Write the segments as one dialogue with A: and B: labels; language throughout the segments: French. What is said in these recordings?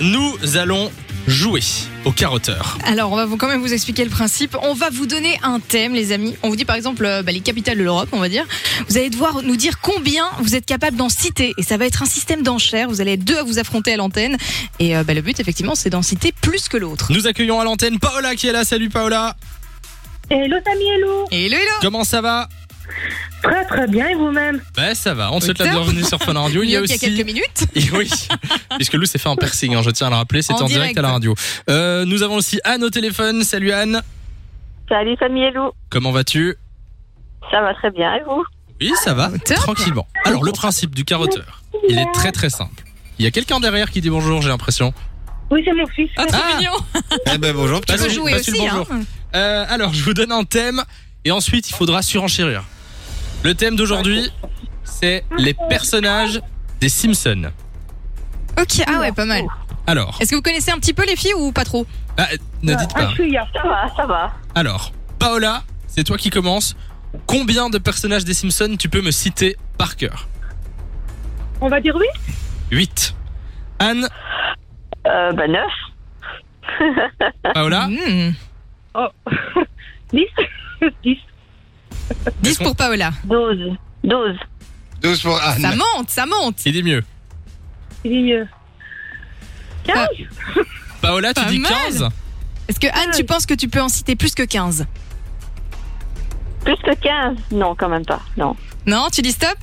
A: nous allons jouer au carotteur.
B: Alors, on va vous- quand même vous expliquer le principe. On va vous donner un thème, les amis. On vous dit par exemple euh, bah, les capitales de l'Europe, on va dire. Vous allez devoir nous dire combien vous êtes capable d'en citer. Et ça va être un système d'enchères. Vous allez être deux à vous affronter à l'antenne. Et euh, bah, le but, effectivement, c'est d'en citer plus que l'autre.
A: Nous accueillons à l'antenne Paola qui est là. Salut Paola,
C: Hello Samy, hello
B: Hello, hello
A: comment ça va
C: Très très bien et vous-même
A: Bah ça va, on te
B: Au
A: souhaite la
B: top.
A: bienvenue sur Fun Radio. Il y a
B: Mieux qu'il
A: aussi...
B: y a quelques minutes.
A: Et oui, puisque Lou s'est fait un piercing, hein, je tiens à le rappeler, c'était en,
B: En
A: direct.
B: direct.
A: à la radio. Euh, nous avons aussi Anne au téléphone. Salut Anne,
D: Salut Samy Hello,
A: comment vas-tu
D: ça va très bien et vous
A: Oui, ça va,
B: top.
A: tranquillement. Alors le principe du carotteur, il est très très simple. Il y a quelqu'un derrière qui dit bonjour, j'ai l'impression.
C: Oui c'est mon fils.
B: Ah, trop
A: Ah.
B: mignon.
E: Eh ben bonjour,
B: Tu
A: Passe-
B: peux jouer
A: passe le
B: aussi.
A: bonjour.
B: hein.
A: Euh, alors, je vous donne un thème et ensuite il faudra surenchérir. Le thème d'aujourd'hui, c'est les personnages des Simpsons.
B: Ok, ah ouais, pas mal.
A: Alors,
B: Est-ce que vous connaissez un petit peu les filles ou pas trop
A: ah, ne dites
C: Ah,
A: pas.
C: je suis hier.
D: Ça va, ça va.
A: Alors, Paola, c'est toi qui commences. Combien de personnages des Simpsons tu peux me citer par cœur
C: On va dire oui
A: 8. Anne,
D: Euh, bah neuf.
A: Paola,
B: Hmm.
C: 10 10
B: 10 pour Paola.
A: Bah,
D: 12. 12.
E: 12 pour
B: Ça
E: Anne.
B: monte, ça monte.
A: il dit mieux.
C: Et, euh, 15
D: Ah.
A: Paola, tu
B: Pas
A: dis
B: mal.
A: 15
B: Est-ce que Anne, tu penses que tu peux en citer plus que 15
D: Plus que 15 Non, quand même pas. Non.
B: Non, tu dis stop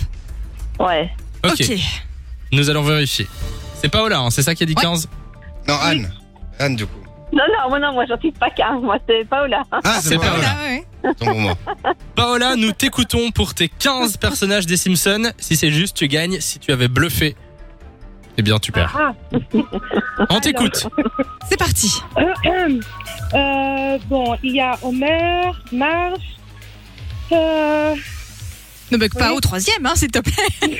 D: Ouais.
A: ok, nous allons vérifier. C'est Paola, hein, c'est ça qui a dit
B: Ouais.
A: 15
E: Non, Anne. Anne du coup.
D: Non, non, moi, non, moi, j'en suis pas 15. Moi, c'est Paola. hein.
E: Ah,
A: C'est
E: c'est
A: Paola.
E: pas
B: Voilà, ouais.
E: Ton moment.
A: Paola, nous t'écoutons pour tes 15 personnages des Simpsons. Si c'est juste, tu gagnes. Si tu avais bluffé, eh bien, tu perds.
C: Ah,
A: On t'écoute.
B: C'est parti.
C: euh, euh, euh, Bon, il y a Homer, Marge, euh,
B: Ne bug pas
C: Oui.
B: au troisième, hein, s'il te plaît.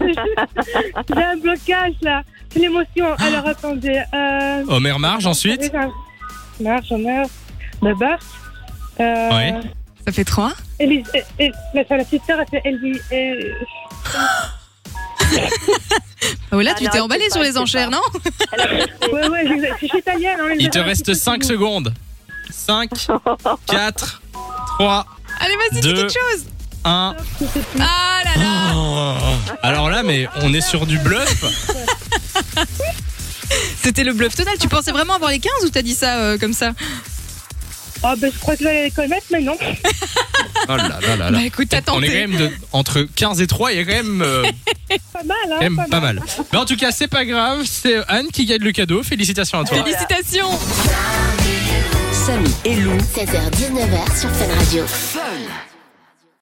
C: j'ai un blocage là, c'est l'émotion.
A: Ah.
C: Alors attendez, euh,
A: Homer Marge ensuite.
C: j'ai un- Marge, Homer, bah, Bart, euh,
A: Ouais.
B: Ça fait 3.
C: Elise, eh, eh, la, la petite sœur, elle fait Elvis, eh,
B: Paola, Oh, tu
D: Alors,
B: t'es emballée
D: Ah, c'est
B: sur
D: pas-
B: les
D: c'est
B: enchères,
D: pas.
B: non
D: Elle a fait-
C: Ouais, ouais, je- je suis italienne. hein,
A: Il te
C: elle-
A: reste 5 secondes. 5, 4, 3,
B: Allez, vas-y, dis
A: Deux.
B: quelque chose.
A: 1.
B: Ah là là
A: Oh. Alors là, mais on est sur du bluff.
D: Oh.
B: C'était le bluff total. Tu pensais vraiment avoir les 15 ou t'as dit ça euh, comme ça
C: Ah, ben je crois que je vais les connaître, mais non.
A: Oh là là là là.
B: Bah écoute, t'as
A: On est
B: tenté.
A: quand même de- entre 15 et 3, il y a quand même, euh,
C: Pas mal, hein.
A: quand même pas mal. Mais en tout cas, c'est pas grave, c'est Anne qui gagne le cadeau. Félicitations à toi.
B: Félicitations
F: Samy et Lou,
G: 16h-19h sur Fun Radio.
F: Fun.